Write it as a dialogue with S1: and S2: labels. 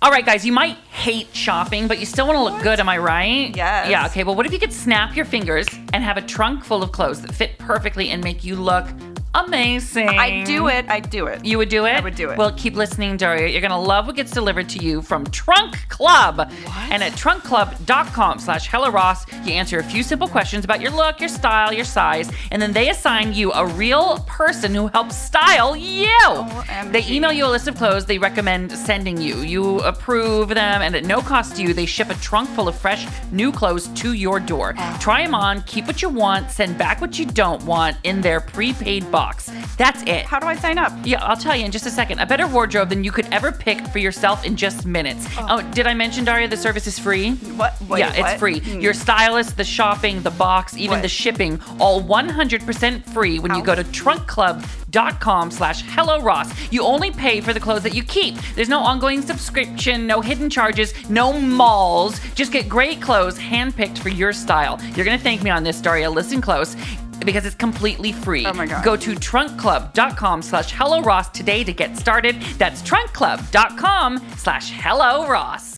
S1: All right, guys, you might hate shopping, but you still want to look good, am I right?
S2: Yes.
S1: Yeah, okay. Well, what if you could snap your fingers and have a trunk full of clothes that fit perfectly and make you look amazing?
S2: I do it. I do it.
S1: You would do it? I
S2: would do it.
S1: Well, keep listening, Daria. You're going to love what gets delivered to you from Trunk Club. And at trunkclub.com slash Hella Ross, you answer a few simple questions about your look, your style, your size, and then they assign you a real person who helps style you. They email you a list of clothes they recommend sending you. You approve them, and at no cost to you, they ship a trunk full of fresh, new clothes to your door.
S2: Oh.
S1: Try them on, keep what you want, send back what you don't want in their prepaid box. That's it.
S2: How do I sign up?
S1: Yeah, I'll tell you in just a second. A better wardrobe than you could ever pick for yourself in just minutes. Oh, did I mention, Daria, the service is free?
S2: What? Wait,
S1: yeah,
S2: what? Hmm.
S1: it's free. Your stylist, the shopping, the box, even
S2: What?
S1: the shipping, all 100% free when you
S2: Ouch.
S1: go to trunkclub.com slash hello ross you only pay for the clothes that you keep there's no ongoing subscription no hidden charges no malls just get great clothes handpicked for your style you're gonna thank me on this daria listen close because it's completely free
S2: Oh my God.
S1: go to trunkclub.com slash hello ross today to get started that's trunkclub.com slash hello ross